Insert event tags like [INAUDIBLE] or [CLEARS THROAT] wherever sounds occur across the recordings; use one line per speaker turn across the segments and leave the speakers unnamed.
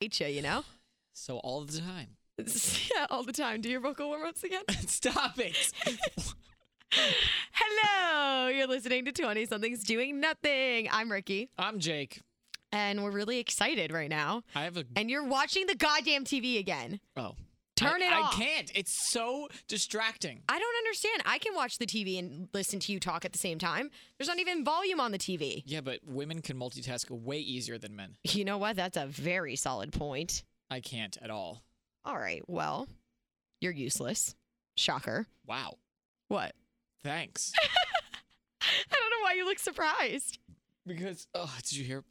hate you, you know?
So all the time.
[LAUGHS] yeah, all the time. Do your vocal warm ups again.
Stop it.
[LAUGHS] Hello, you're listening to 20 Something's Doing Nothing. I'm Ricky,
[LAUGHS] I'm Jake.
and we're really excited right now.
I have a
And you're watching the goddamn TV again.
oh.
Turn
I,
it off.
I can't. It's so distracting.
I don't understand. I can watch the TV and listen to you talk at the same time. There's not even volume on the TV.
Yeah, but women can multitask way easier than men.
You know what? That's a very solid point.
I can't at all.
All right, well, you're useless. Shocker.
Wow.
What?
Thanks.
[LAUGHS] I don't know why you look surprised.
because oh, did you hear?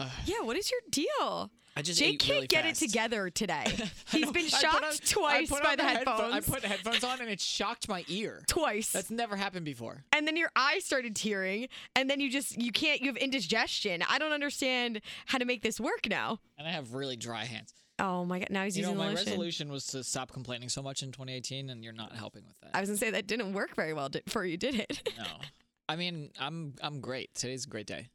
Uh,
Yeah, what is your deal?
I just
Jake
ate
can't
really
get
fast.
it together [LAUGHS] today.
[LAUGHS] I
He's
know.
been
I put
shocked
on- I
twice
put
by
on
the
headpho-
headphones.
I put headphones on and it shocked my
[LAUGHS]
ear.
twice.
That's never happened before.
and then your eye started tearing, and then you just you can't you have indigestion. I don't understand how to make this work now.
And I have really dry hands.
Oh my god! Now he's
You know,
using
my
the lotion.
resolution was to stop complaining so much in 2018, and you're not helping with that.
I was gonna say that didn't work very well di- for you, did it? [LAUGHS]
no, I mean, I'm I'm great. Today's a great day.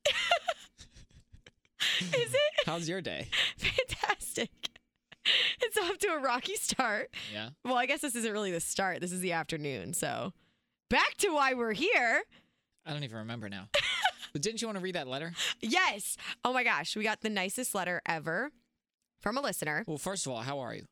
Is it [LAUGHS]
How's your day?
fantastic? [LAUGHS] It's off to a rocky start.
Yeah.
Well, I guess this isn't really the start. This is the afternoon. So, back to why we're here.
I don't even remember now. but didn't you want to read that letter?
Yes. Oh my gosh, we got the nicest letter ever from a listener.
Well, first of all, how are you?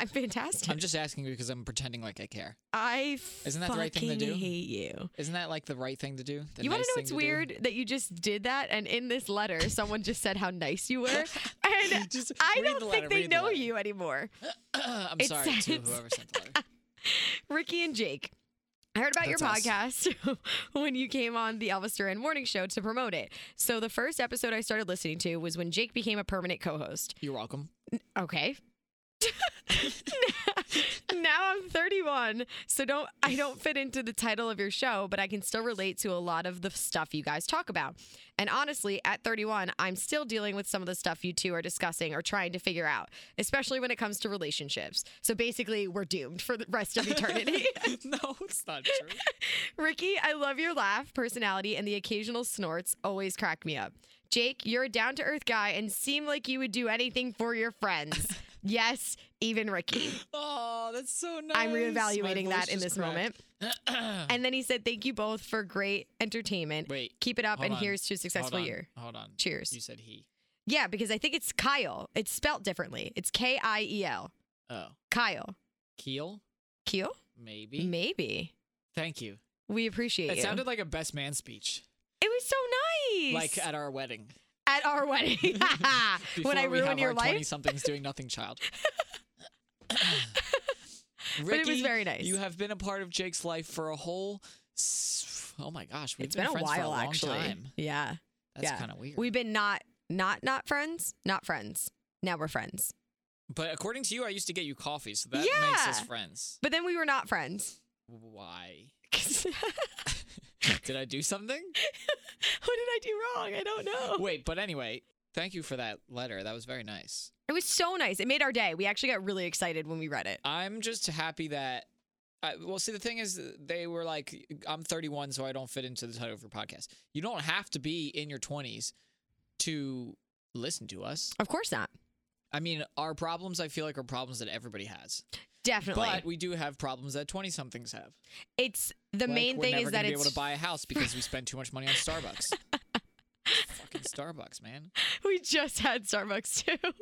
I'm fantastic.
I'm just asking because I'm pretending like I care.
I
Isn't that the right thing to
fucking
do?
hate you.
Isn't that like the right thing to do? The
you want
nice
to know
thing
what's
do? [LAUGHS]
weird that you just did that, and in this letter, someone just said how nice
[LAUGHS]
you were, and
Just
I
read the
don't
letter,
think they
read the
know
letter.
you anymore.
[CLEARS THROAT] I'm
It
sorry to
says-
whoever sent the
[LAUGHS]
letter.
Ricky and Jake. I heard about your
That's
podcast [LAUGHS] when you came on the Elvis Duran Morning Show to promote it. So the first episode I started listening to was when Jake became a permanent co-host.
You're welcome. [LAUGHS]
Okay. now I'm 31, so don't I don't fit into the title of your show, but I can still relate to a lot of the stuff you guys talk about. And honestly, at 31, I'm still dealing with some of the stuff you two are discussing or trying to figure out, especially when it comes to relationships. So basically, we're doomed for the rest of eternity.
[LAUGHS] no, it's
[LAUGHS]
not true.
Ricky, I love your laugh, personality, and the occasional snorts always crack me up. Jake, you're a down to earth guy and seem like you would do anything for your friends.
[LAUGHS]
yes, even Ricky.
Oh, that's so nice.
I'm
My
reevaluating
voice
that in
just
this
cracked.
moment. and then he said, Thank you both for great entertainment.
[CLEARS THROAT] Wait,
Keep it up,
hold
and
on.
here's to a successful
hold on,
year.
Hold on.
Cheers.
You said he.
Yeah, because I think it's Kyle. It's spelt differently. It's K I E L.
Oh,
Kyle.
Keel?
Keel?
Maybe.
Maybe.
Thank you.
We appreciate
It
you.
sounded like a best man speech,
it was so nice.
like at our wedding.
at our
[LAUGHS]
wedding. [LAUGHS]
Before
when I
we
ruin
have
your
our
life.
something's doing nothing,
[LAUGHS]
child.
But it was
Ricky,
very nice.
You have been a part of Jake's life for a whole. s- Oh my gosh, we've
It's been, a
friends for a
while,
long
actually.
time.
Yeah,
That's
Yeah.
kind of weird.
we've been not, not, not friends, not friends. Now we're friends,
but according to you, I used to get you coffee, so that makes us
Yeah.
friends.
but then we were not friends. [LAUGHS]
Why?
'Cause- [LAUGHS]
Did I do something?
what did I do wrong? I don't know.
Wait, but anyway, thank you for that letter. That was very nice.
It was so nice. It made our day. We actually got really excited when we read it.
I'm just happy that. I, well, see, the thing is, they were like, I'm 31, so I don't fit into the title of your podcast. You don't have to be in your 20s to listen to us.
Of course not.
I mean, our problems, I feel like, are problems that everybody has.
Definitely.
But we do have problems that 20 somethings have.
it's the
Like,
main
we're
thing
never
is
gonna
that
be able
it's
to buy a house because we spend too much money on Starbucks. Fucking Starbucks, man.
[LAUGHS] we just had Starbucks too.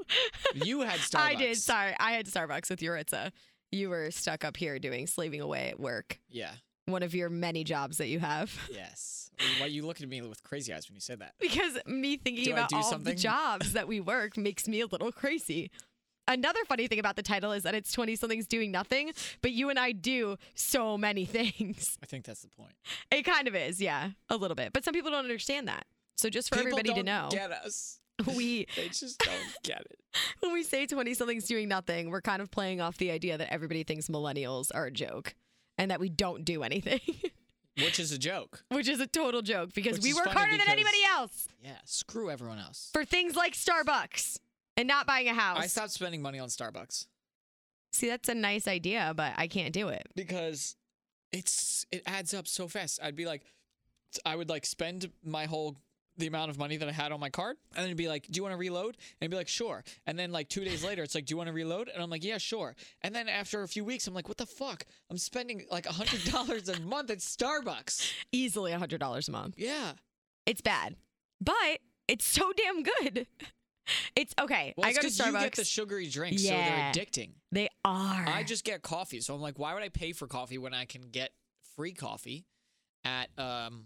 [LAUGHS]
You had Starbucks.
I did. Sorry, I had Starbucks with Yuritsa. You were stuck up here doing slaving away at work.
Yeah.
One of your many jobs that you have. [LAUGHS]
Yes. Why you looking at me with crazy eyes when you said that?
Because me thinking
Do I
about
do
all the
something?
jobs that we work makes me a little crazy. Another funny thing about the title is that it's 20 somethings doing nothing, but you and I do so many [LAUGHS] things.
I think that's the point.
It kind of is, yeah, a little bit. But some people don't understand that. So just for
People
everybody to
don't
know,
Get us.
[LAUGHS] we
They just don't get it.
when we say 20 somethings doing nothing, we're kind of playing off the idea that everybody thinks millennials are a joke and that we don't do anything, [LAUGHS]
Which is a joke.
which is a total joke because
Which
we
is
work
funny
harder than
because-
anybody else
Yeah. Screw everyone else.
for things like Starbucks and not buying a house.
I stopped spending money on Starbucks
See, that's a nice idea, but I can't do it.
because it's it adds up so fast. I'd be like, I would like spend my whole the amount of money that I had on my card, and then it'd be like, "Do you want to reload?" And I'd be like, "Sure." And then like two days later, it's like, "Do you want to reload?" And I'm like, "Yeah, sure." And then after a few weeks, I'm like, "What the fuck? I'm spending like a hundred dollars a month
[LAUGHS]
at Starbucks."
Easily $100 a month.
Yeah,
It's bad, but it's so damn good. [LAUGHS] It's okay.
well,
I
it's
go to
'cause you get
Starbucks.
the sugary drinks,
Yeah.
so they're addicting.
they are.
I just get coffee, so I'm like, why would I pay for coffee when I can get free coffee at um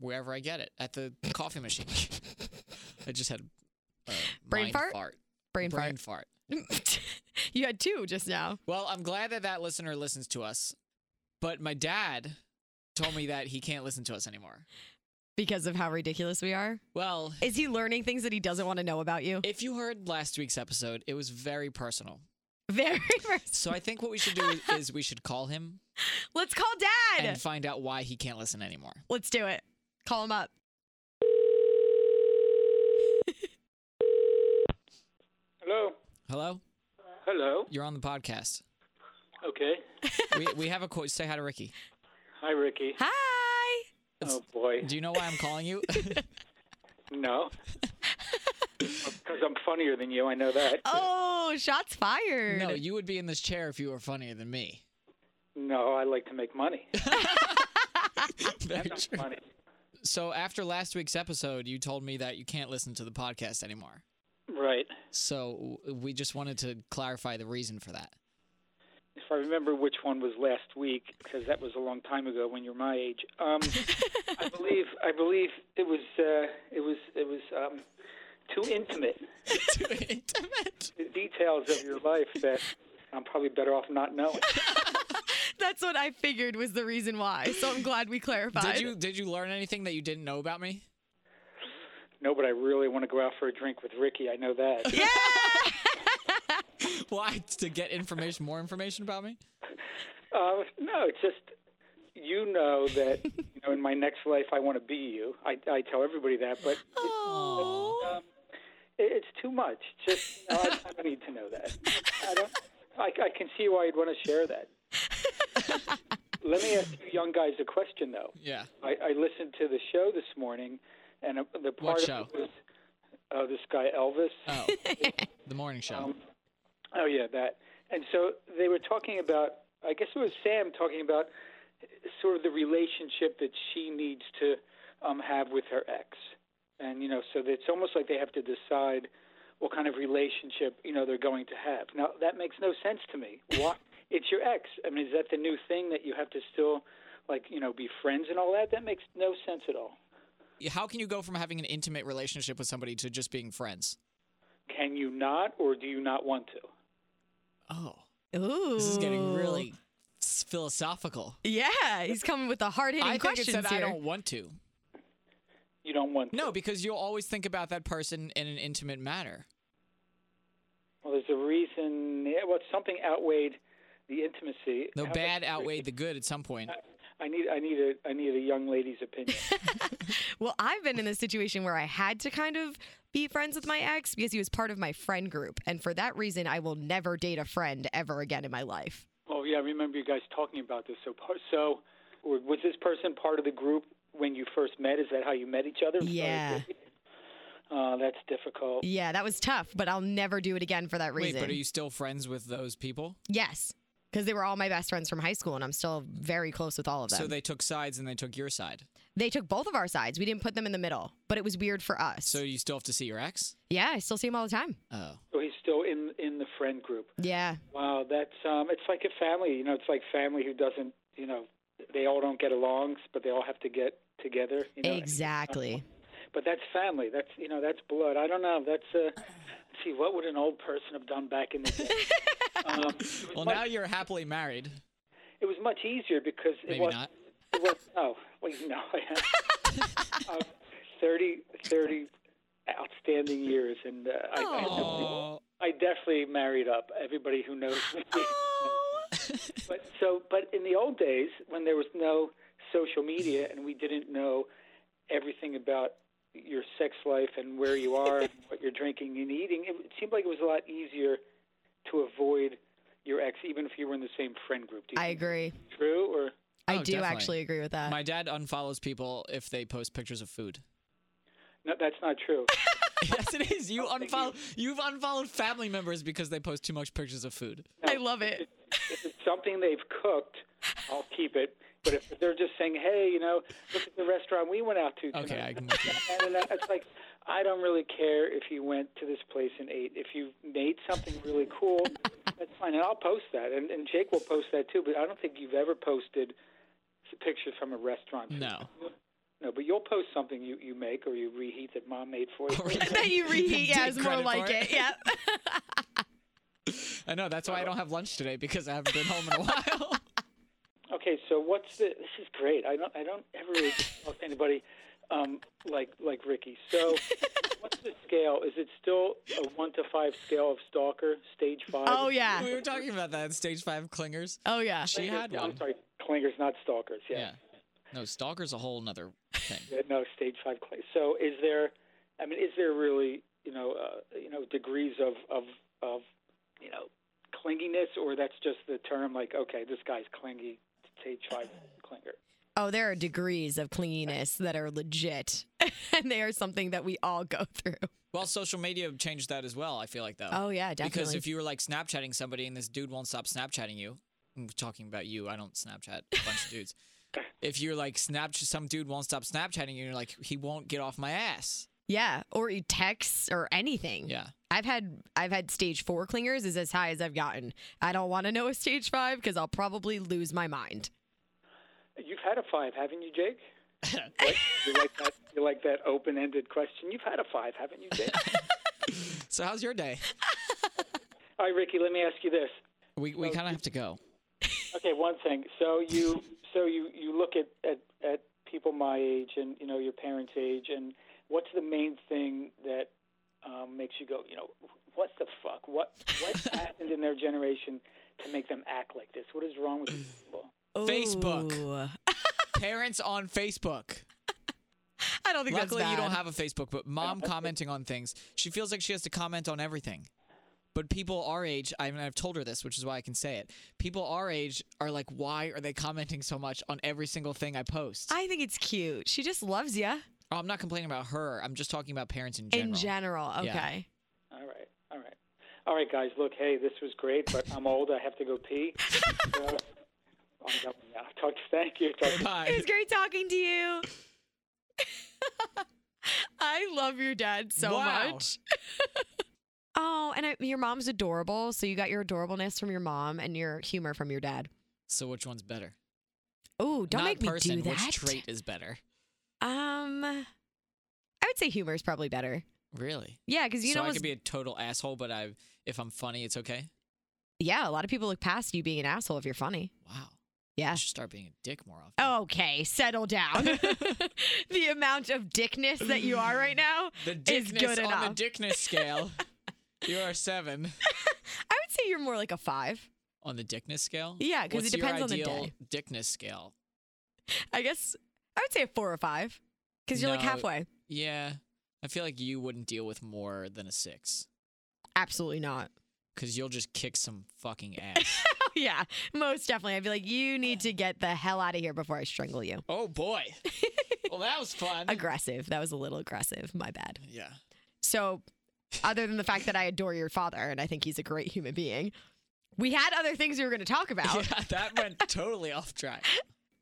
wherever I get it at the coffee machine? [LAUGHS] I just had a
Brain
mind
fart?
fart.
brain,
Brain fart.
fart. [LAUGHS] you had two just now.
Well, I'm glad that that listener listens to us, but my dad told me that he can't listen to us anymore.
because of how ridiculous we are?
Well,
Is he learning things that he doesn't want to know about you? [LAUGHS]
if you heard last week's episode, it was very personal.
Very first.
So I think what we should do is, is we should call
[LAUGHS]
him
Let's call dad.
and find out why he can't listen anymore.
Let's do it. Call him up.
Hello.
Hello?
Hello.
You're on the podcast.
Okay.
we, we have a quote. Say hi to Ricky.
Hi, Ricky.
Hi.
Oh boy.
Do you know why I'm calling [LAUGHS] you?
No. Because I'm funnier than you. I know that.
Oh, shots fired.
no, you would be in this chair if you were funnier than me. [LAUGHS]
No, I like to make money.
Very
That's
true.
funny.
So after last week's episode, you told me that you can't listen to the podcast anymore.
Right.
So w- we just wanted to clarify the reason for [LAUGHS] that.
If I remember which one was last week, because that was a long time ago when you're my age. Um, I believe. I believe it was. Uh, it was. It was um, too intimate.
Too intimate.
The details of your life that I'm probably better off not knowing.
That's what I figured was the reason why. So I'm glad we clarified.
Did you did you learn anything that you didn't know about me?
No, but I really want to go out for a drink with Ricky. I know that.
Yeah.
Why to get information, more information about me?
Uh, no, it's just you know that you know in my next life I want to be you. I, I tell everybody that, but
Oh.
it, it's too much. Just you know, I, I don't need to know that. I don't. I, I can see why you'd want to share that. Let me ask you young guys a question though.
Yeah.
I, I listened to the show this morning, and uh, the part of
show?
it was uh, this guy Elvis.
Oh, the morning show.
Oh yeah, that. And so they were talking about. I guess it was Sam talking about sort of the relationship that she needs to um, have with her ex, and you know, so that it's almost like they have to decide what kind of relationship you know they're going to have. Now that makes no sense to me. Why? It's your ex. I mean, is that the new thing that you have to still, like, you know, be friends and all that? That makes no sense at all.
How can you go from having an intimate relationship with somebody to just being friends?
Can you not, or do you not want to?
Oh,
Ooh.
this is getting really s- philosophical.
Yeah, he's coming with the hard
I
hitting
think
questions
it said
here.
I don't want to.
You don't want to.
No, because you'll always think about that person in an intimate manner.
Well, there's a reason. Yeah, well, something outweighed the intimacy.
The
How much-
bad outweighed the good at some point.
I need. I need a. I need a young lady's
[LAUGHS]
opinion.
Well, I've been in this situation where I had to kind of be friends with my ex because he was part of my friend group. And for that reason, I will never date a friend ever again in my life.
oh yeah, I remember you guys talking about this. So par- so, or was this person part of the group when you first met? Is that how you met each other?
Yeah.
Uh, that's difficult.
Yeah, that was tough, but I'll never do it again for that
Wait,
reason.
but are you still friends with those people?
yes, because they were all my best friends from high school, and I'm still very close with all of them.
So they took sides and they took your side.
they took both of our sides. We didn't put them in the middle, but it was weird for us.
So you still have to see your ex?
yeah, I still see him all the time.
Oh.
So he's still in in the friend group.
Yeah.
Wow, that's um. It's like a family. You know, it's like family who doesn't. You know, they all don't get along, but they all have to get together. You know,
Exactly.
But that's family. That's you know that's blood. I don't know. That's uh, let's see what would an old person have done back in the day? um, it, was
Well,
much,
now you're happily married.
it was much easier because it
Maybe
was
not.
it was oh well, no
[LAUGHS]
um, 30, 30 outstanding years and uh, I, I definitely-
Oh.
I definitely married up. Everybody who knows me.
"Oh."
but so but in the old days when there was no social media and we didn't know everything about your sex life and where you are and what you're drinking and eating it seemed like it was a lot easier to avoid your ex even if you were in the same friend group do you
I
think
agree.
that's true or
I
Oh,
do
definitely.
actually agree with that. [LAUGHS]
My dad unfollows people if they post pictures of food.
No, that's not true.
[LAUGHS] yes, it is. You unfollow. You've unfollowed family members because they post too much pictures of food.
I love it.
if it's something they've cooked, I'll keep it. But if they're just saying, "Hey, you know, look at the restaurant we went out to," tonight.
Okay, I can [LAUGHS] look at
And then it's like I don't really care if you went to this place and ate. If you made something really cool, that's fine, and I'll post that, and, and Jake will post that too. But I don't think you've ever posted s- pictures from a restaurant.
No.
No, but you'll post something you you make or you reheat that mom made for you.
that [LAUGHS] you reheat. Yeah,
Take
is more
credit
like
for
it. [LAUGHS]
it.
Yeah.
I know. That's why I don't have lunch today because I haven't been home in a [LAUGHS] while.
Okay, so what's the? This is great. I don't. I don't ever really talk to anybody um, like like Ricky. So, what's the scale? Is it still a one to five scale of stalker, stage five?
Oh yeah.
we were talking about that in stage five clingers.
Oh yeah.
She had
I'm
one.
sorry, clingers, not stalkers.
Yeah.
Yeah.
No, stalker's a whole nother thing.
Yeah, No, stage five. Cl- so, is there? I mean, is there really? You know, uh, you know, degrees of of of you know clinginess, or that's just the term? Like, okay, this guy's clingy. Stage five clinger.
Oh, there are degrees of clinginess that are legit, [LAUGHS] and they are something that we all go through.
Well, social media changed that as well. I feel like though.
Oh yeah, definitely.
Because if you were like Snapchatting somebody and this dude won't stop Snapchatting you, I'm talking about you, I don't Snapchat a bunch of dudes. If you're like Snapchat, some dude won't stop Snapchatting you, and you're like, he won't get off my ass.
yeah, or you text or anything.
Yeah.
I've had I've had stage four clingers is as high as I've gotten. I don't want to know a stage five because I'll probably lose my mind.
You've had a five, haven't you,
[LAUGHS]
Jake? What? you like that? You like that open-ended question? You've had a five, haven't you,
[LAUGHS]
Jake?
So how's your day?
All right, Ricky. Let me ask you this.
We we kind of have to go.
Okay, one thing. So you, so you, you look at, at at people my age and you know your parents' age, and what's the main thing that um, makes you go, you know, what the fuck? What what happened in their generation to make them act like this? What is wrong with these people?
Facebook.
Ooh.
Parents on Facebook.
[LAUGHS] I don't think [LAUGHS]
Luckily,
that's bad.
you don't have a Facebook,
[LAUGHS]
but mom commenting on things, she feels like she has to comment on everything. But people our age, I mean, I've told her this, which is why I can say it. People our age are like, why are they commenting so much on every single thing I post?
I think it's cute. She just loves you
Oh, I'm not complaining about her. I'm just talking about parents in general.
in general. Okay.
Yeah.
All right, all right, all right, guys. Look, hey, this was great, but I'm old. I have to go pee. So, I'm done now. Talk. Thank you. Talk,
It [LAUGHS]
[LAUGHS] Bye.
was great talking to
[LAUGHS]
you. I love your dad so
Wow.
much. oh, and I, your mom's adorable. So you got your adorableness from your mom and your humor from your dad.
So, which one's better?
Oh, don't
not
make me
person,
do that.
Which trait is better?
Um, I would say humor is probably better.
Really?
Yeah, because you
so
know,
I could be a total asshole, but I, if I'm funny, it's okay.
yeah, a lot of people look past you being an asshole if you're funny.
Wow.
Yeah. Oh,
I should start being a dick more often.
Okay, settle
[LAUGHS]
down. [LAUGHS] the amount of dickness that you are right now
The
is
dickness
good
on
enough.
the
[LAUGHS]
dickness scale. you are a seven.
I would say you're more like a five.
On the dickness scale?
Yeah, 'cause
What's
it depends on
your
the
ideal
day.
Dickness scale.
I guess I would say a four or five because you're like
No.
halfway.
Yeah. I feel like you wouldn't deal with more than a six.
Absolutely not.
Because you'll just kick some fucking ass.
[LAUGHS] Oh, yeah, most definitely. I'd be like, you need to get the hell out of here before I strangle you.
oh boy. Well, that was fun.
Aggressive. That was a little aggressive. My bad.
yeah.
[LAUGHS] So, other than the fact that I adore your father and I think he's a great human being, we had other things we were going to talk about.
Yeah, that went totally off track.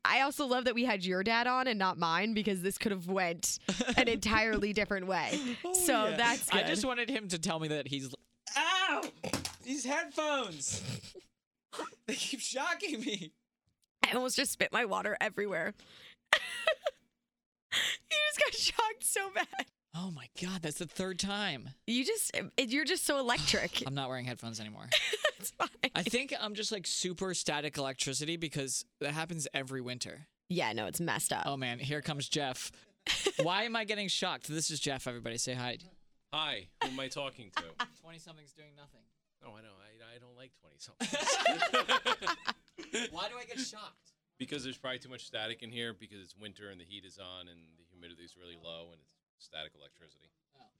I also love that we had your dad on and not mine because this could have went
[LAUGHS]
an entirely different way.
Oh,
so
yeah.
that's good.
I just wanted him to tell me that he's. Ow!
[LAUGHS]
These headphones! they keep shocking me.
I almost just spit my water everywhere. [LAUGHS] you just got shocked so bad.
Oh my god, that's the third time.
You just, it, you're just so [LAUGHS] electric.
I'm not wearing headphones anymore.
it's fine.
I think I'm just like super static electricity because that happens every winter.
yeah, no, it's messed up.
Oh man, here comes
[LAUGHS]
Jeff. Why am I getting shocked? This is Jeff, everybody. Say hi.
Hi, who am I talking
[LAUGHS]
to?
20 something's doing nothing.
No, I know. I, I don't like 20 something.
[LAUGHS] Why do I get shocked?
because there's probably too much static in here because it's winter and the heat is on and the humidity is really low and it's static electricity.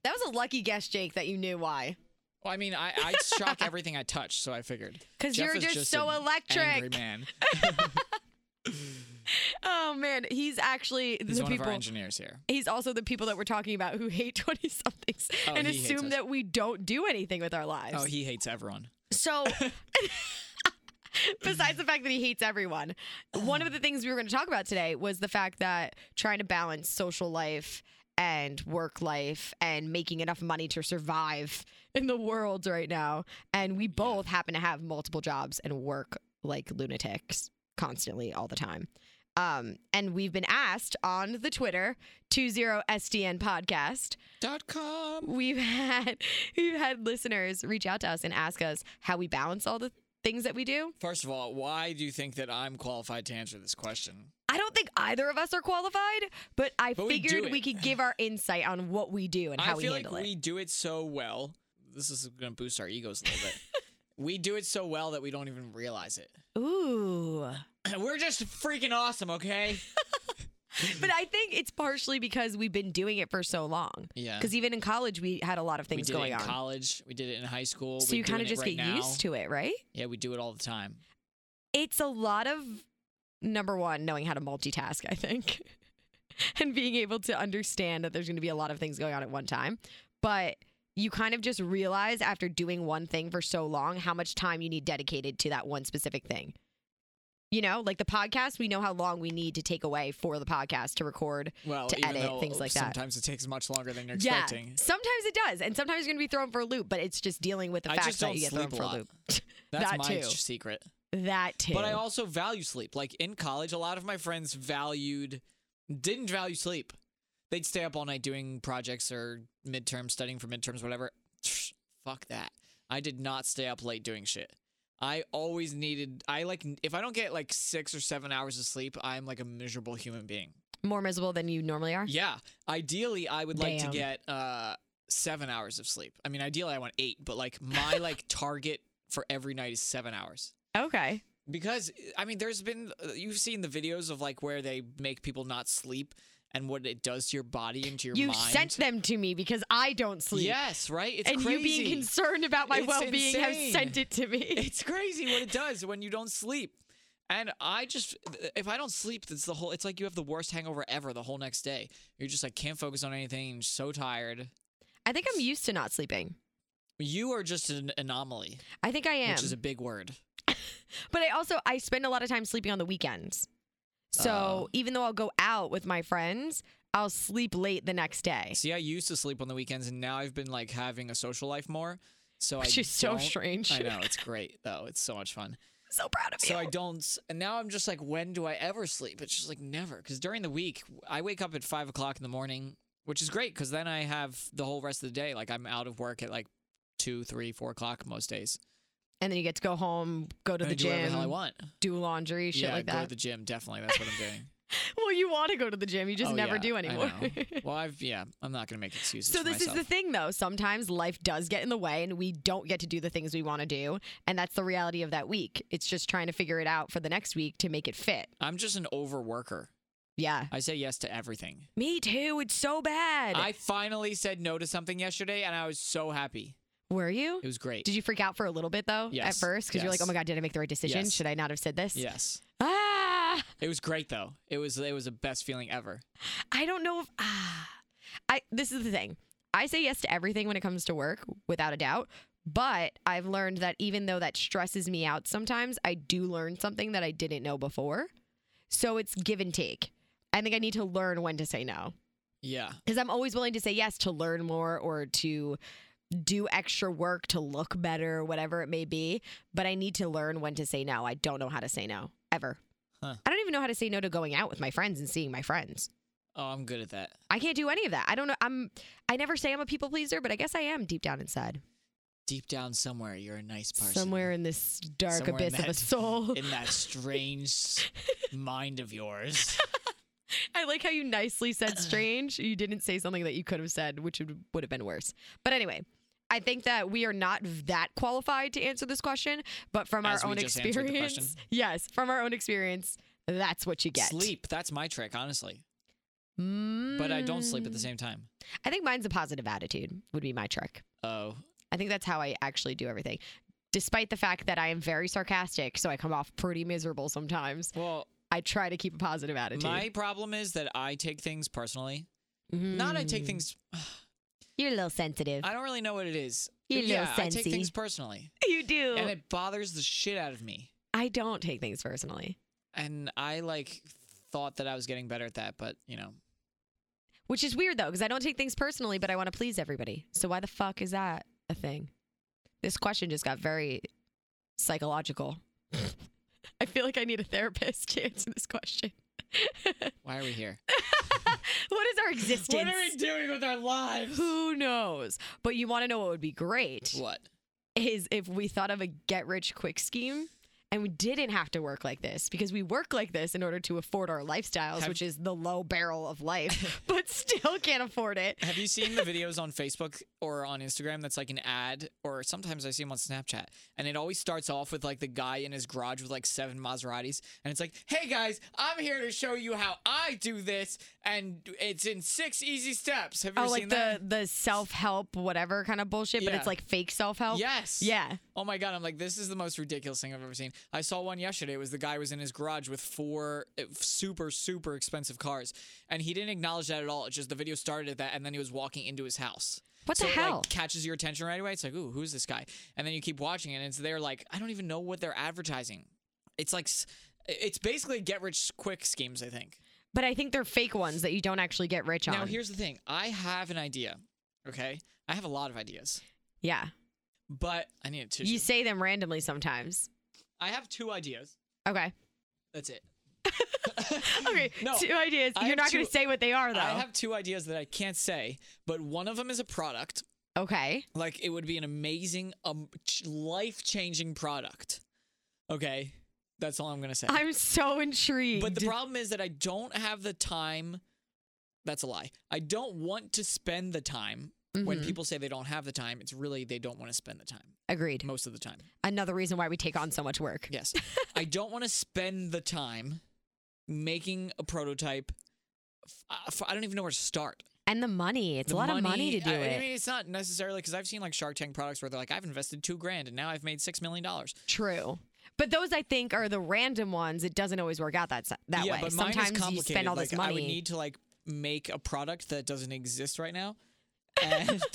That was a lucky guess, Jake, that you knew why.
Well, I mean, I, I [LAUGHS] shock everything I touch, so I figured.
'Cause
Jeff
you're
is
just so
an
electric.
Angry man.
Oh man, he's actually [LAUGHS]
He's
the
one of our
people.
engineers here.
He's also the people that we're talking about who hate [LAUGHS] 20 somethings
Oh,
and
he hates
assume
us.
that we don't do anything with our lives.
Oh, he hates everyone.
So, besides the fact that he hates everyone, one of the things we were going to talk about today was the fact that trying to balance social life and work life and making enough money to survive in the world right now. And we both happen to have multiple jobs and work like lunatics constantly all the time. Um, and we've been asked on the Twitter 20SDN podcast
Dot com.
we've had [LAUGHS] we've had listeners reach out to us and ask us how we balance all the things that we do.
First of all, why do you think that I'm qualified to answer this question?
I don't think either of us are qualified, but I
But we do
figured
it.
we, could give our insight on what we do and how
I
we
feel
handle
like
it.
we do it so well. This is going to boost our egos
[LAUGHS]
a little bit. we do it so well that we don't even realize it.
Ooh.
[CLEARS THROAT] We're just freaking awesome, okay?
But I think it's partially because we've been doing it for so long.
Yeah.
Because even in college we had a lot of
we
things
did
going
it in
on.
college. We did it in high school.
so
We're
you kind
doing
of
it
just
right
get
now.
used to it, right?
Yeah, we do it all the time.
It's a lot of number one, knowing how to multitask, I think. [LAUGHS] and being able to understand that there's going to be a lot of things going on at one time. But you kind of just realize after doing one thing for so long how much time you need dedicated to that one specific thing. You know, like the podcast, we know how long we need to take away for the podcast to record.
Well,
To
even
edit,
though
things like that.
sometimes it takes much longer than you're
Yeah,
expecting.
sometimes it does, and sometimes you're going to be thrown for a loop. But it's just dealing with the
I
fact
just
that
don't
you get
sleep
thrown
a
for a
lot.
loop. [LAUGHS]
That's
That
my
too.
secret.
That too.
But I also value sleep. Like in college, a lot of my friends valued didn't value sleep. They'd stay up all night doing projects or midterms, studying for midterms, whatever. Fuck that. I did not stay up late doing shit. I always needed I like if I don't get like 6 or 7 hours of sleep, I'm like a miserable human being.
more miserable than you normally are.
Yeah. Ideally, I would like
Damn.
to get uh seven hours of sleep. I mean, ideally, I want eight, but like my like target for every night is seven hours
Okay.
because I mean, there's been uh, you've seen the videos of like where they make people not sleep and what it does to your body and to your
you
mind.
sent them to me because I don't sleep.
Yes, right. It's
and
crazy.
you being concerned about my
It's
well-being have
insane.
sent it to me.
it's crazy what it does when you don't sleep. And I just, if I don't sleep, it's the whole. It's like you have the worst hangover ever the whole next day. You're just like can't focus on anything. so tired.
I think I'm used to not sleeping.
You are just an anomaly,
I think I am.
which is a big word.
but I also I spend a lot of time sleeping on the weekends. So
Oh.
even though I'll go out with my friends, I'll sleep late the next day,
See, I used to sleep on the weekends, and now I've been like having a social life more. So
which
I
is so
don't-
strange. [LAUGHS]
I know it's great though. It's so much fun.
so proud of you.
So I don't. s- And now I'm just like, when do I ever sleep? It's just like never. Because during the week, I wake up at five o'clock in the morning, which is great because then I have the whole rest of the day. Like I'm out of work at like two, three, four o'clock most days.
and then you get to go home, go to
And I
the
do whatever the hell I
gym,
want.
do laundry, shit
yeah,
like
go to
that.
the gym. Definitely, that's what I'm doing.
[LAUGHS] well, you want to go to the gym, you just
Oh,
never
yeah,
do
I
anymore. [LAUGHS]
know. well, I've yeah, I'm not gonna make excuses.
So
for
this
myself.
is the thing though. Sometimes life does get in the way and we don't get to do the things we want to do, and that's the reality of that week. It's just trying to figure it out for the next week to make it fit.
I'm just an overworker.
Yeah.
I say yes to everything.
Me too. It's so bad.
I finally said no to something yesterday, and I was so happy.
Were you?
It was great.
Did you freak out for a little bit though at
Yes,
first cuz you're like, "Oh my
yes.
god, did I make the right decision?
Yes.
Should I not have said this?"
Yes,
Ah!
it was great though. It was it was the best feeling ever.
I don't know if ah. I this is the thing. I say yes to everything when it comes to work without a doubt, but I've learned that even though that stresses me out sometimes, I do learn something that I didn't know before. So it's give and take. I think I need to learn when to say no
Yeah,
because I'm always willing to say yes to learn more or to do extra work to look better, whatever it may be. But I need to learn when to say no. I don't know how to say no ever.
Huh.
I don't even know how to say no to going out with my friends and seeing my friends.
Oh, I'm good at that.
I can't do any of that. I don't know. I'm. I never say I'm a people pleaser, but I guess I am deep down inside.
Deep down somewhere, you're a nice person.
Somewhere in this dark
Somewhere in
abyss of a
that- [LAUGHS]
soul.
in that
[LAUGHS]
strange s- mind of yours.
I like how you nicely
[CLEARS THROAT]
said strange. You didn't say something that you could have said, which would, would have been worse. But anyway, I think that we are not that qualified to answer this question, but from
As
our
we
own
just answered the question.
experience, [LAUGHS] yes, from our own experience, that's what you get.
Sleep. That's my trick, honestly. But I don't sleep at the
Mm.
same time.
I think mine's a positive attitude would be my trick.
Oh,
I think that's how I actually do everything. Despite the fact that I am very sarcastic, so I come off pretty miserable sometimes.
well,
I try to keep a positive attitude.
My problem is that I take things personally. Not I take
Mm.
things.
You're a little sensitive.
I don't really know what it is.
You're a little
yeah, I take
sensy.
things personally,
you do.
and it bothers the shit out of me.
I don't take things personally,
And I like thought that I was getting better at that, but you know,
which is weird though, because I don't take things personally, but I want to please everybody. So why the fuck is that a thing? This question just got very psychological. [LAUGHS] I feel like I need a therapist to answer this question. [LAUGHS]
why are we here?
What is our existence?
What are we doing with our lives?
Who knows? But you want to know what would be great?
What?
is if we thought of a get rich quick scheme and we didn't have to work like this because we work like this in order to afford our lifestyles,
Have-
which is the low barrel of
[LAUGHS]
life, [LAUGHS] but still can't afford it.
Have you seen the videos on Facebook or on Instagram that's like an ad, or sometimes I see them on Snapchat, and it always starts off with like the guy in his garage with like seven Maseratis, and it's like, "Hey guys, I'm here to show you how I do this, and it's in six easy steps." Have you
Oh,
ever
like
seen
the
that?
the self help whatever kind of bullshit, but
Yeah.
it's like fake self help.
Yes.
Yeah.
Oh my god, I'm like, this is the most ridiculous thing I've ever seen. I saw one yesterday. It was the guy was in his garage with four uh, super super expensive cars, and he didn't acknowledge that at all. It's just the video started at that, and then he was walking into his house.
What
so
the
it,
hell?
like catches your attention right away. It's like, ooh, who's this guy? And then you keep watching it, and it's there like I don't even know what they're advertising. It's like s- it's basically get rich quick schemes. I think.
But I think they're fake ones that you don't actually get rich on.
Now here's the thing. I have an idea. Okay, I have a lot of ideas,
yeah.
but I need a tissue.
You say them randomly sometimes.
I have two ideas.
Okay.
That's it.
[LAUGHS] Okay.
No,
two ideas.
I
You're
have
not going to
two-
say what they are, though.
I have two ideas that I can't say, but one of them is a product.
okay.
Like it would be an amazing, um, ch- life-changing product. Okay, that's all I'm gonna say.
I'm so intrigued.
but the problem is that I don't have the time. That's a lie. I don't want to spend the time. When
Mhm.
people say they don't have the time, it's really they don't want to spend the time
Agreed.
most of the time.
Another reason why we take on so much work.
Yes. I don't want to spend the time making a prototype. F- I- f- I don't even know where to start.
And the money. It's
The
a lot of money to do
I,
it.
I mean, it's not necessarily because I've seen like Shark Tank products where they're like, I've invested two grand and now I've made six million dollars.
True. But those I think are the random ones. It doesn't always work out that s- that
yeah,
way.
but mine is
Sometimes you
complicated.
spend all
like,
this
I
money.
would need to like make a product that doesn't exist right now. And [LAUGHS]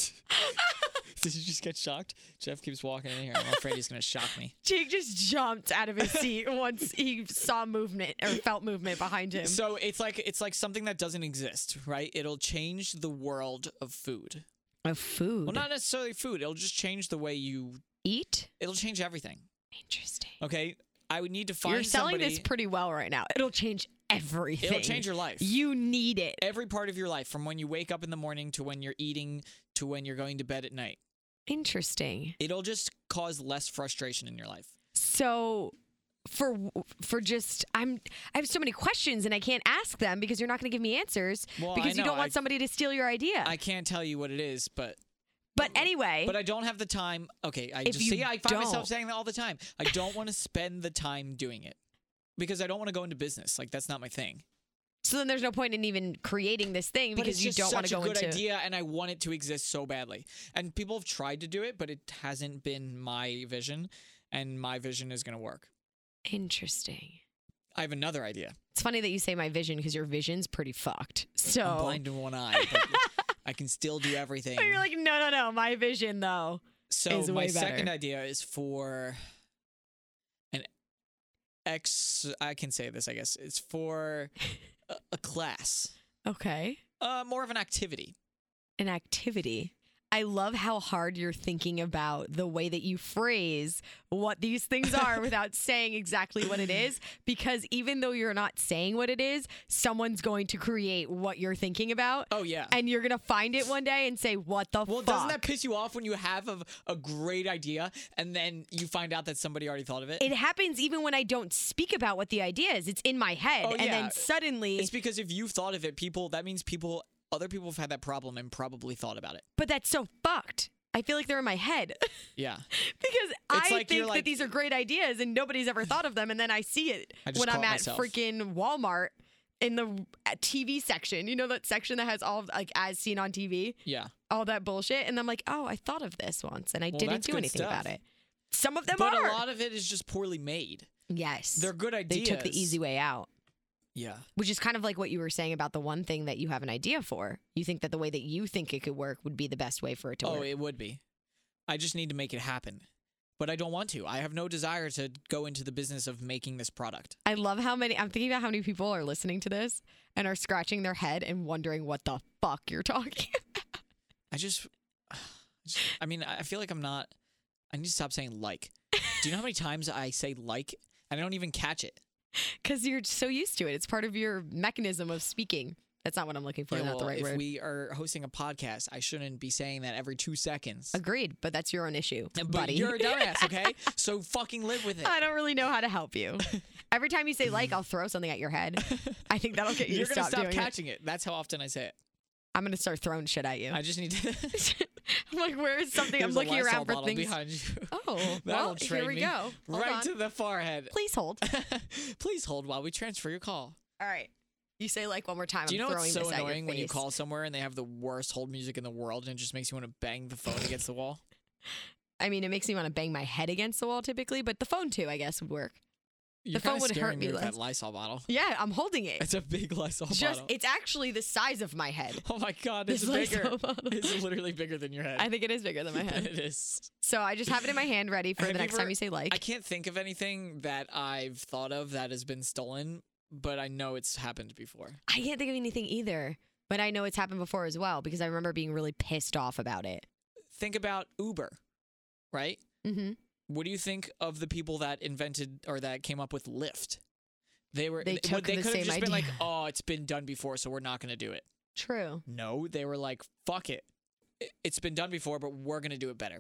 did you just get shocked? Jeff keeps walking in here. I'm afraid he's gonna shock me.
Jake just jumped out of
[LAUGHS]
his seat once he saw movement or felt movement behind [LAUGHS] him.
So it's like it's like something that doesn't exist, right? It'll change the world of food.
of food.
Well, not necessarily food. It'll just change the way you.
Eat?
It'll change everything.
Interesting.
Okay, I would need to find
You're selling
somebody.
this pretty well right now. It'll change everything.
It'll change your life.
You need it.
every part of your life from when you wake up in the morning to when you're eating to when you're going to bed at night.
Interesting.
It'll just cause less frustration in your life.
So for for just I'm I have so many questions and I can't ask them because you're not going to give me answers
Well, I
because you
know,
don't want
I-
somebody to steal your idea.
I can't tell you what it is, but
but anyway,
but I don't have the time. Okay, I
If
just
you
see I find myself
don't-
saying that all the time. [LAUGHS] I don't want to spend the time doing it because I don't want to go into business. Like that's not my thing.
so then there's no point in even creating this thing
But it's
because you
just
don't want
such
to go
a good
into
idea, and I want it to exist so badly. And people have tried to do it, but it hasn't been my vision, and my vision is going to work.
Interesting.
I have another idea.
It's funny that you say my vision because your vision's pretty fucked. So
I'm blind in one eye, but I can still do everything.
But [LAUGHS] you're like no no no, my vision though.
so
is
my
way better.
second idea is for an ex. I can say this, I guess. It's for a, a class,
Okay.
uh, more of an activity.
an activity. I love how hard you're thinking about the way that you phrase what these
[LAUGHS]
things are without saying exactly what it is. Because even though you're not saying what it is, someone's going to create what you're thinking about.
Oh yeah.
And you're going to find it one day and say, What the
well,
fuck?
doesn't that piss you off when you have a, a great idea and then you find out that somebody already thought of it?
it happens even when I don't speak about what the idea is. It's in my head.
Oh,
and
yeah.
then suddenly,
it's because if you've thought of it, people that means people other people have had that problem and probably thought about it.
but that's so fucked. I feel like they're in my head
Yeah.
because I
It's like you're
think
like-
that these are great ideas and nobody's ever thought of them. And then I see it
I just
when I'm
caught
at
myself.
freaking Walmart in the uh, TV section. You know that section that has all of, like as seen on TV,
Yeah.
all that bullshit. And I'm like, oh, I thought of this once and I
Well,
didn't
that's
do
good
anything
stuff.
about it. Some of them
but
are.
a lot of it is just poorly made.
yes.
They're good
they
ideas.
took the easy way out.
Yeah.
which is kind of like what you were saying about the one thing that you have an idea for. You think that the way that you think it could work would be the best way for it to
Oh,
work.
it would be. I just need to make it happen. But I don't want to. I have no desire to go into the business of making this product.
I love how many. I'm thinking about how many people are listening to this and are scratching their head and wondering what the fuck you're talking. [LAUGHS]
I just, [SIGHS] just- I mean, I I feel like I'm not. I need to stop saying like. Do you know how many times I say like and I don't even
[LAUGHS]
catch it?
Because you're so used to it. It's part of your mechanism of speaking. That's not what I'm looking for.
Yeah,
not the
well,
right
if
word.
we are hosting a podcast, I shouldn't be saying that every two seconds.
Agreed, but that's your own issue,
But
buddy. [LAUGHS]
you're a dumbass, okay? so fucking live with it.
I don't really know how to help
[LAUGHS]
you. Every time you say like, I'll throw something at your head. I think that'll get you
You're
to
gonna
stop,
stop
doing it.
catching it. That's how often I say it.
I'm gonna start throwing shit at you.
I just need to.
[LAUGHS] I'm like, where is something? I'm
[LAUGHS] There's a
looking
Lysol
around for
bottle
things.
behind you.
Oh,
[LAUGHS] That'll
well,
train
here we
me.
go. Hold
right
on.
to the forehead. [LAUGHS]
Please hold.
Please hold while we transfer your call.
All right. You say like one more time.
Do you
I'm
know
throwing
it's so
this at your
annoying when you
face.
call somewhere and they have the worst hold music in the world and it just makes you want to bang the phone against
[LAUGHS]
the wall?
I mean, it makes me want to bang my head against the wall typically, but the phone too, I guess, would work.
You're
phone
kinda
would hurt
scaring
me
with
less.
that Lysol bottle.
Yeah, I'm holding it.
It's a big Lysol
Just
bottle.
it's actually the size of my head.
oh my god,
This
it's bigger.
Lysol bottle.
[LAUGHS]
[LAUGHS]
It's literally bigger than your head.
I think it is bigger than my head.
[LAUGHS] it is.
So I just have it in my hand ready for the
Have you
next time
ever-
you say like.
I can't think of anything that I've thought of that has been stolen, but I know it's happened before.
I can't think of anything either, but I know it's happened before as well because I remember being really pissed off about it.
Think about Uber, right? Mm-hmm.
hmm
What do you think of the people that invented or that came up with Lyft? They were
They
what-
took
they
the
could
same
have just been like,
idea.
"Oh, it's been done before, so we're not going to do it."
True.
No, they were like, "Fuck it. I- It's been done before, but we're going to do it better."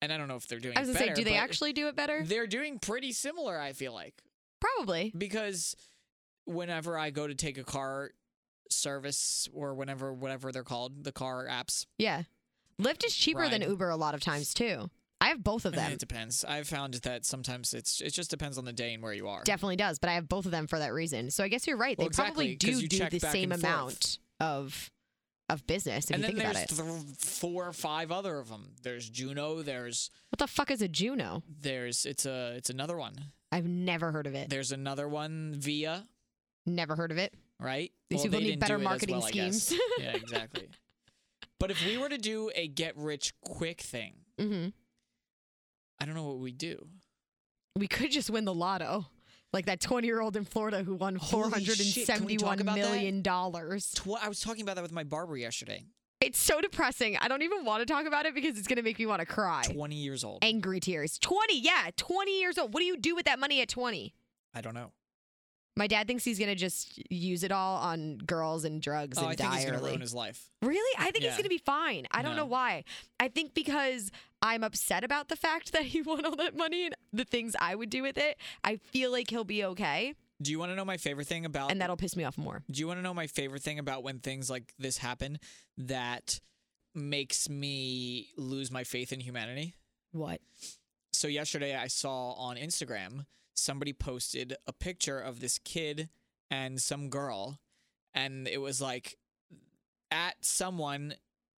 And I don't know if they're doing
I was
it
gonna say,
better,
do they
but
actually do it better?
They're doing pretty similar, I feel like.
Probably.
because whenever I go to take a car service or whenever whatever they're called, the car apps,
Yeah. Lyft is cheaper than
Ride.
Uber a lot of times too. I have both of them.
[LAUGHS] it depends. I've found that sometimes it's it just depends on the day and where you are.
Definitely does, but I have both of them for that reason. So I guess you're right. They
Well,
probably
exactly, 'cause
do
you
do
check
the
back
same
and forth.
amount of of business if
and
you
then
think about
there's
it.
th- four or five other of them. There's Juno. There's
what the fuck is a Juno?
there's it's a it's another one.
I've never heard of it.
There's another one Via.
Never heard of it.
right?
These people
they
need
didn't
better
do it as
marketing
well, I guess.
schemes. [LAUGHS]
yeah, exactly. But if we were to do a get rich quick thing,
hmm
I don't know what we do.
We could just win the lotto, like that twenty-year-old in Florida who won four
Holy
hundred and
shit, can we talk
seventy-one
about that?
million dollars.
Tw- I was talking about that with my barber yesterday.
It's so depressing. I don't even want to talk about it because it's gonna make me want to cry.
20 years old.
Angry tears. Twenty, yeah, twenty years old. What do you do with that money at twenty?
I don't know.
My dad thinks he's gonna just use it all on girls and drugs
Oh,
and
I think
die
he's going to
early.
ruin his life.
Really? I think he's
Yeah.
going to be fine. I don't
No.
know why. I think because I'm upset about the fact [LAUGHS] that he won all that money and the things I would do with it. I feel like he'll be okay,
Do you want to know my favorite thing about
and that'll piss me off more.
Do you want to know my favorite thing about when things like this happen that makes me lose my faith in humanity?
What?
So yesterday I saw on Instagram somebody posted a picture of this kid and some girl and it was like at someone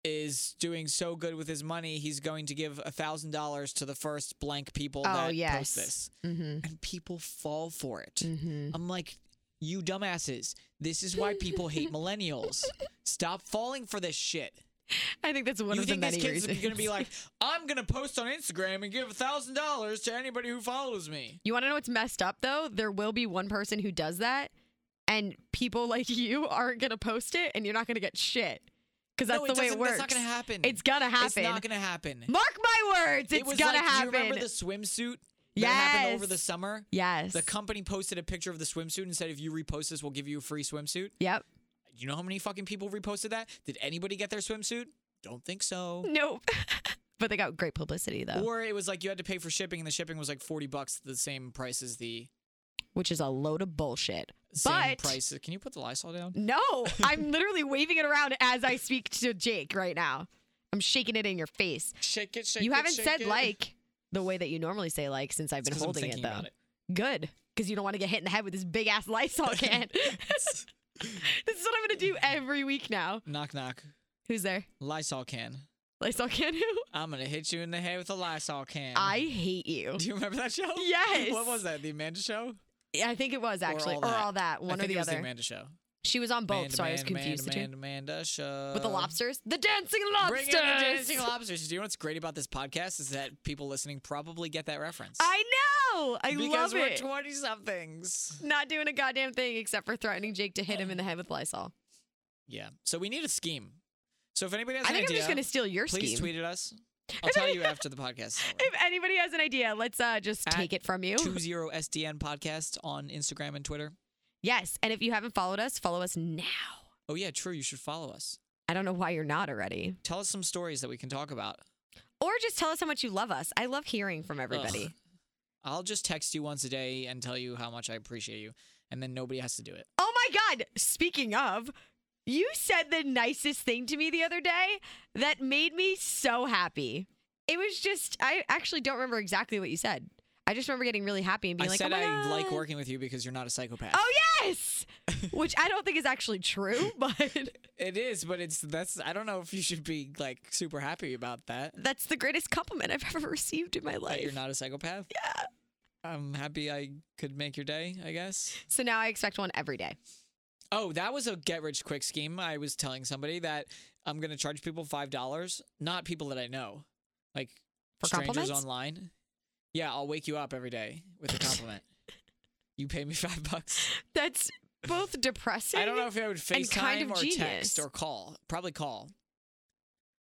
is doing so good with his money he's going to give a thousand dollars to the first blank people
Oh,
that
yes.
post this
Mm-hmm.
and people fall for it
Mm-hmm.
i'm like you dumbasses this is why people hate millennials stop falling for this shit
I think that's one
you
of
think
the
this
many
kid's
reasons.
gonna be like, I'm gonna post on Instagram and give a thousand dollars to anybody who follows me?
[LAUGHS] you want to know what's messed up though? There will be one person who does that, and people like [LAUGHS] you aren't going to post it, and you're not going to get shit because that's
no,
the way it
doesn't-
works.
That's not gonna happen.
It's gonna
It's not
happen.
gonna happen.
Mark my words,
it
it's
was
gonna
like,
happen.
Do you remember the swimsuit that happened over
Yes.
the summer?
yes.
The company posted a picture of the swimsuit and said, if you repost this, we'll give you a free swimsuit.
yep.
You know how many fucking people reposted that? Did anybody get their swimsuit? Don't think so.
Nope. but they got great publicity though,
Or it was like you had to pay for shipping, and the shipping was like forty bucks, the same price as the
which is a load of bullshit.
same
But-
price. Can you put the Lysol down?
No,
[LAUGHS]
I'm literally waving it around as I speak to Jake right now. I'm shaking it in your face.
Shake it, shake it.
you haven't
shake
said
it.
like the way that you normally say like since I've been
It's 'cause I'm
holding it
thinking
though.
about it.
Good, because you don't want to get hit in the head with this big ass
[LAUGHS]
Lysol can. [LAUGHS] this is what I'm gonna do every week now.
Knock knock.
Who's there?
Lysol can.
Lysol can who?
I'm gonna hit you in the head with a Lysol can.
I hate you.
Do you remember that show?
Yes.
What was that? The Amanda Show?
I think it was actually,
All
or all that,
That.
one
I
or
think
the
it was
other.
the Amanda Show.
she was on both,
Amanda,
so I was
Amanda,
confused. the two.
Amanda, Amanda, Amanda Show.
With the lobsters, the dancing
Bring
lobsters.
in the dancing lobsters. Do you know what's great about this podcast is that people listening probably get that reference.
I know. I
because
love
we're
it.
twenty somethings.
Not doing a goddamn thing except for threatening Jake to hit him in the head with Lysol.
Yeah. So we need a scheme. So if anybody has
I
an
think I'm
idea,
just gonna steal your
please
scheme.
tweet
[LAUGHS]
at us. I'll tell you after the podcast. is over.
If anybody has an idea, let's uh, just
At
take it from you.
20SDN podcast on Instagram and Twitter.
Yes, and if you haven't followed us, follow us now.
Oh yeah, true. You should follow us.
I don't know why you're not already.
Tell us some stories that we can talk about.
Or just tell us how much you love us. I love hearing from everybody.
Ugh. [LAUGHS] I'll just text you once a day and tell you how much I appreciate you, and then nobody has to do it.
Oh my God. Speaking of, you said the nicest thing to me the other day that made me so happy. It was just, I actually don't remember exactly what you said. I just remember getting really happy and being
I
like,
said
oh my
I
God.
like working with you because you're not a psychopath.
Oh, yes. [LAUGHS] Which I don't think is actually true, [LAUGHS] but
It is, but it's that's I don't know if you should be like super happy about that.
that's the greatest compliment I've ever received in my
That you're
life.
not a psychopath. Yeah. I'm happy I could make your day, I guess.
so now I expect one every day.
Oh, that was a get rich quick scheme. I was telling somebody that I'm going to charge people $5, not people that I know, like
For
strangers
compliments?
online. Yeah, I'll wake you up every day
[LAUGHS]
with a compliment. you pay me [LAUGHS] 5 bucks.
That's both depressing.
I don't know if I would
And
FaceTime
kind of
or
genius.
text or call. Probably call.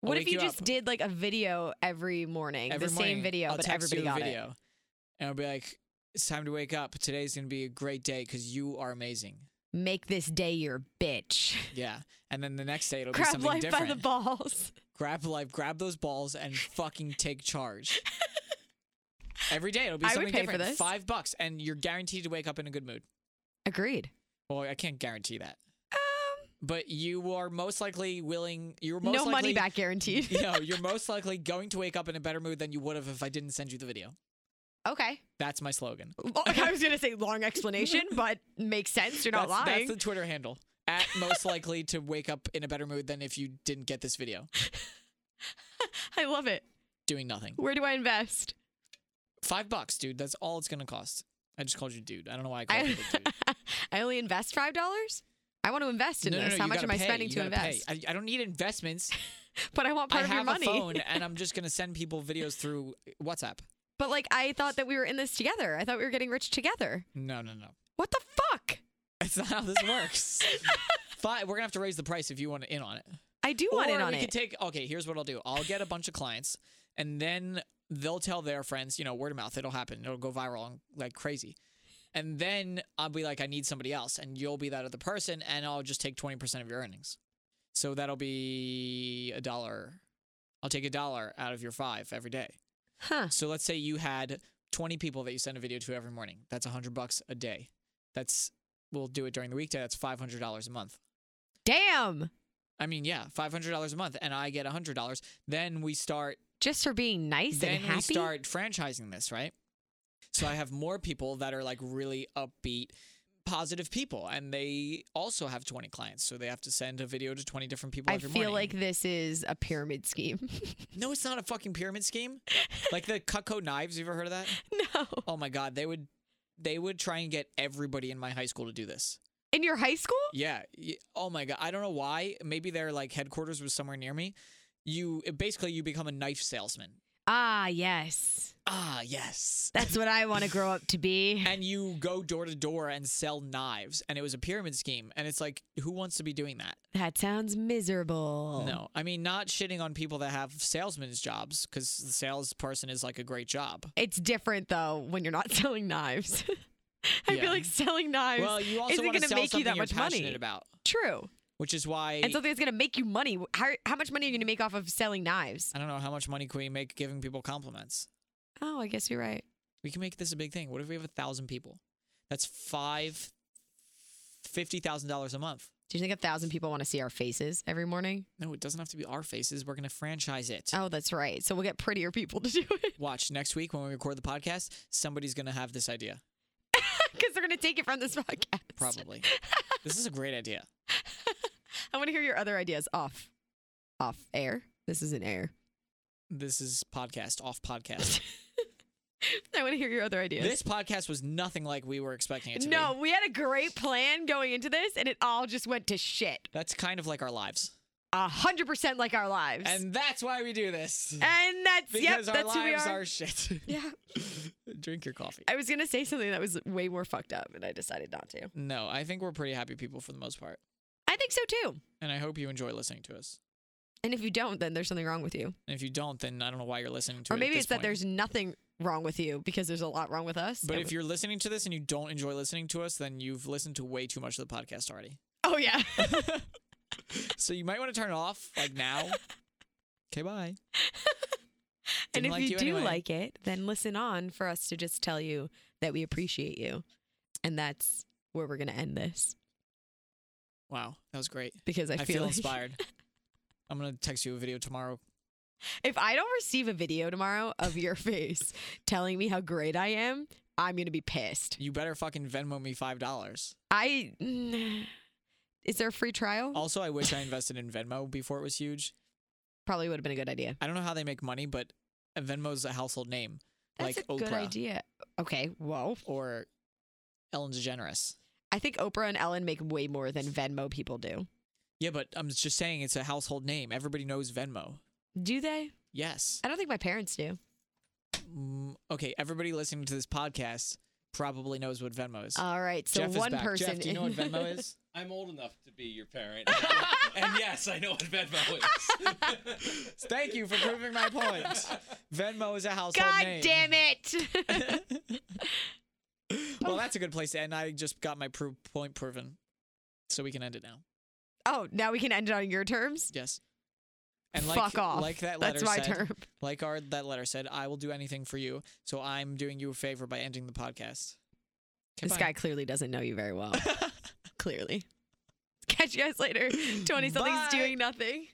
I'll
What if
wake
you, just
up
did like a video every morning,
every
the
morning.
same video,
I'll
but
text
everybody
you a
got
video.
it?
And I'll be like, it's time to wake up. Today's going to be a great day cuz you are amazing.
Make this day your bitch.
Yeah. And then the next day it'll be
Grab
something
life
different.
by the balls.
grab life, grab those balls, and fucking take charge.
[LAUGHS]
Every day it'll be
I would
something
pay for
different.
this.
Five bucks, and you're guaranteed to wake up in a good mood.
Agreed.
Well, I can't guarantee that,
Um,
but you are most likely willing. You're most
no
likely,
money back
[LAUGHS]
guaranteed.
you know, you're most likely going to wake up in a better mood than you would have if I didn't send you the video.
[LAUGHS] okay.
That's my slogan.
Well, I was gonna say long explanation, [LAUGHS] but makes sense. You're not
that's,
lying.
That's the Twitter handle. At most likely to wake up in a better mood than if you didn't get this video.
I love it.
Doing nothing.
Where do I invest?
Five bucks, dude. That's all it's gonna cost. I just called you dude. I don't know why I called
I,
people
[LAUGHS]
dude.
I only invest five dollars. I want to invest in
No, no,
this.
no,
How
you
much
gotta
am I
pay.
spending
You
to
gotta pay.
invest?
I, I don't need investments.
But I want [LAUGHS]
I
part of your
have
money. [LAUGHS]
a phone, and I'm just gonna send people videos through WhatsApp.
But like, I thought that we were in this together. I thought we were getting rich together.
No, no, no.
What the fuck?
It's not how this
[LAUGHS]
works. Fine, we're gonna have to raise the price if you want in on it.
I do want
or
in on
we
it.
could take. Okay, here's what I'll do. I'll get a bunch of clients, and then they'll tell their friends. You know, word of mouth. It'll happen. It'll go viral and like crazy. And then I'll be like, I need somebody else, and you'll be that other person, and I'll just take twenty percent of your earnings. So that'll be a dollar. I'll take a dollar out of your five every day.
huh.
So let's say you had 20 people that you send a video to every morning. That's 100 bucks a day. That's we'll do it during the weekday. That's $500 a month.
Damn.
I mean, yeah, $500 a month and I get $100. Then we start
Just for being nice
then
and happy.
we start franchising this, right? So I have more people that are like really upbeat, positive people and they also have 20 clients. So they have to send a video to 20 different people
I
every
feel
morning.
like this is a pyramid scheme. [LAUGHS]
No, it's not a fucking pyramid scheme. like the Cutco knives, you ever heard
[LAUGHS]
of that?
no.
Oh my god, they would they would try and get everybody in my high school to do this.
In your high school?
Yeah. y- Oh my god, I don't know why. Maybe their like headquarters was somewhere near me. You basically you become a knife salesman.
Ah, yes.
Ah, yes.
That's what I want to grow up to [LAUGHS] be.
And you go door to door and sell knives and it was a pyramid scheme and it's like who wants to be doing that?
That sounds miserable.
No. I mean not shitting on people that have salesmen's jobs cuz the salesperson is like a great job.
It's different though when you're not [LAUGHS] selling knives. I
Yeah.
feel like selling knives
Well, you also
isn't
want
going
to
to
sell
make you
something
that
you're
much money.
passionate about,
True.
which is why
And something that's going to make you money. How, how much money are you going to make off of selling knives?
I don't know how much money can we make giving people compliments.
Oh, I guess you're right.
We can make this a big thing. What if we have a thousand people? That's five fifty thousand dollars a month.
Do you think a thousand people want to see our faces every morning?
No, it doesn't have to be our faces. We're gonna franchise it.
Oh, that's right. So we'll get prettier people to do it [LAUGHS]
Watch next week when we record the podcast, somebody's gonna have this idea.
because they're going to take it from this podcast. [LAUGHS]
Probably. this is a great idea.
I want to hear your other ideas off, off air. [LAUGHS] This isn't air. [LAUGHS]
This is podcast off podcast.
I want to hear your other ideas.
This podcast was nothing like we were expecting it to
no,
be.
we had a great plan going into this, and it all just went to shit.
That's kind of like our lives.
A hundred percent like our lives.
And that's why we do this.
And that's
[LAUGHS] Because
yep,
our
that's who we
lives
are.
are shit.
[LAUGHS]
[LAUGHS]
yeah.
Drink your coffee.
I was gonna say something that was way more fucked up, and I decided not to.
No, I think we're pretty happy people for the most part.
I think so too.
And I hope you enjoy listening to us.
And if you don't, then there's something wrong with you.
And if you don't, then I don't know why you're listening to
Or
it. at
maybe
this
it's that
point.
there's nothing wrong with you because there's a lot wrong with us.
But
And
if
we-
you're listening to this and you don't enjoy listening to us, then you've listened to way too much of the podcast already.
oh
[LAUGHS]
yeah,
So you might want to turn it off like now. [LAUGHS] Okay, bye.
and
Didn't
if
like
you, do
anyway.
like it, then listen on for us to just tell you that we appreciate you, and that's where we're gonna end this
Wow, that was great.
because I,
I, feel
like-
inspired. [LAUGHS] I'm gonna text you a video tomorrow.
If I don't receive a video tomorrow of your [LAUGHS] face telling me how great I am, I'm gonna be pissed.
You better fucking Venmo me five [LAUGHS] dollars.
I [SIGHS] is there a free trial?
Also, I wish I invested in Venmo before it was huge.
Probably would have been a good idea.
I don't know how they make money, but Venmo's a household name,
That's
like
a
Oprah
good idea. Okay, whoa.
or Ellen DeGeneres.
I think Oprah and Ellen make way more than Venmo people do.
Yeah, but I'm just saying it's a household name. Everybody knows Venmo.
Do they?
Yes.
I don't think my parents do.
Mm, okay, everybody listening to this podcast probably knows what Venmo is.
All right, so
Jeff is
one
back.
person.
Jeff,
[LAUGHS]
do you know what Venmo [LAUGHS] is?
I'm old enough to be your [LAUGHS] parent. and yes, I know what Venmo is. [LAUGHS]
Thank you for proving my
[LAUGHS]
point. Venmo is a household
God
name.
damn it!
[LAUGHS]
[LAUGHS]
Well, that's a good place to end. I just got my pro- point proven, so we can end it now.
oh, now we can end it on your terms.
Yes. And like,
Fuck off.
Like that letter
That's my
said,
term.
Like our that letter said, I will do anything for you. So I'm doing you a favor by ending the podcast. Okay,
This
bye.
guy clearly doesn't know
[LAUGHS]
you very well. clearly. Catch you guys later. Twenty something's
Bye.
doing nothing.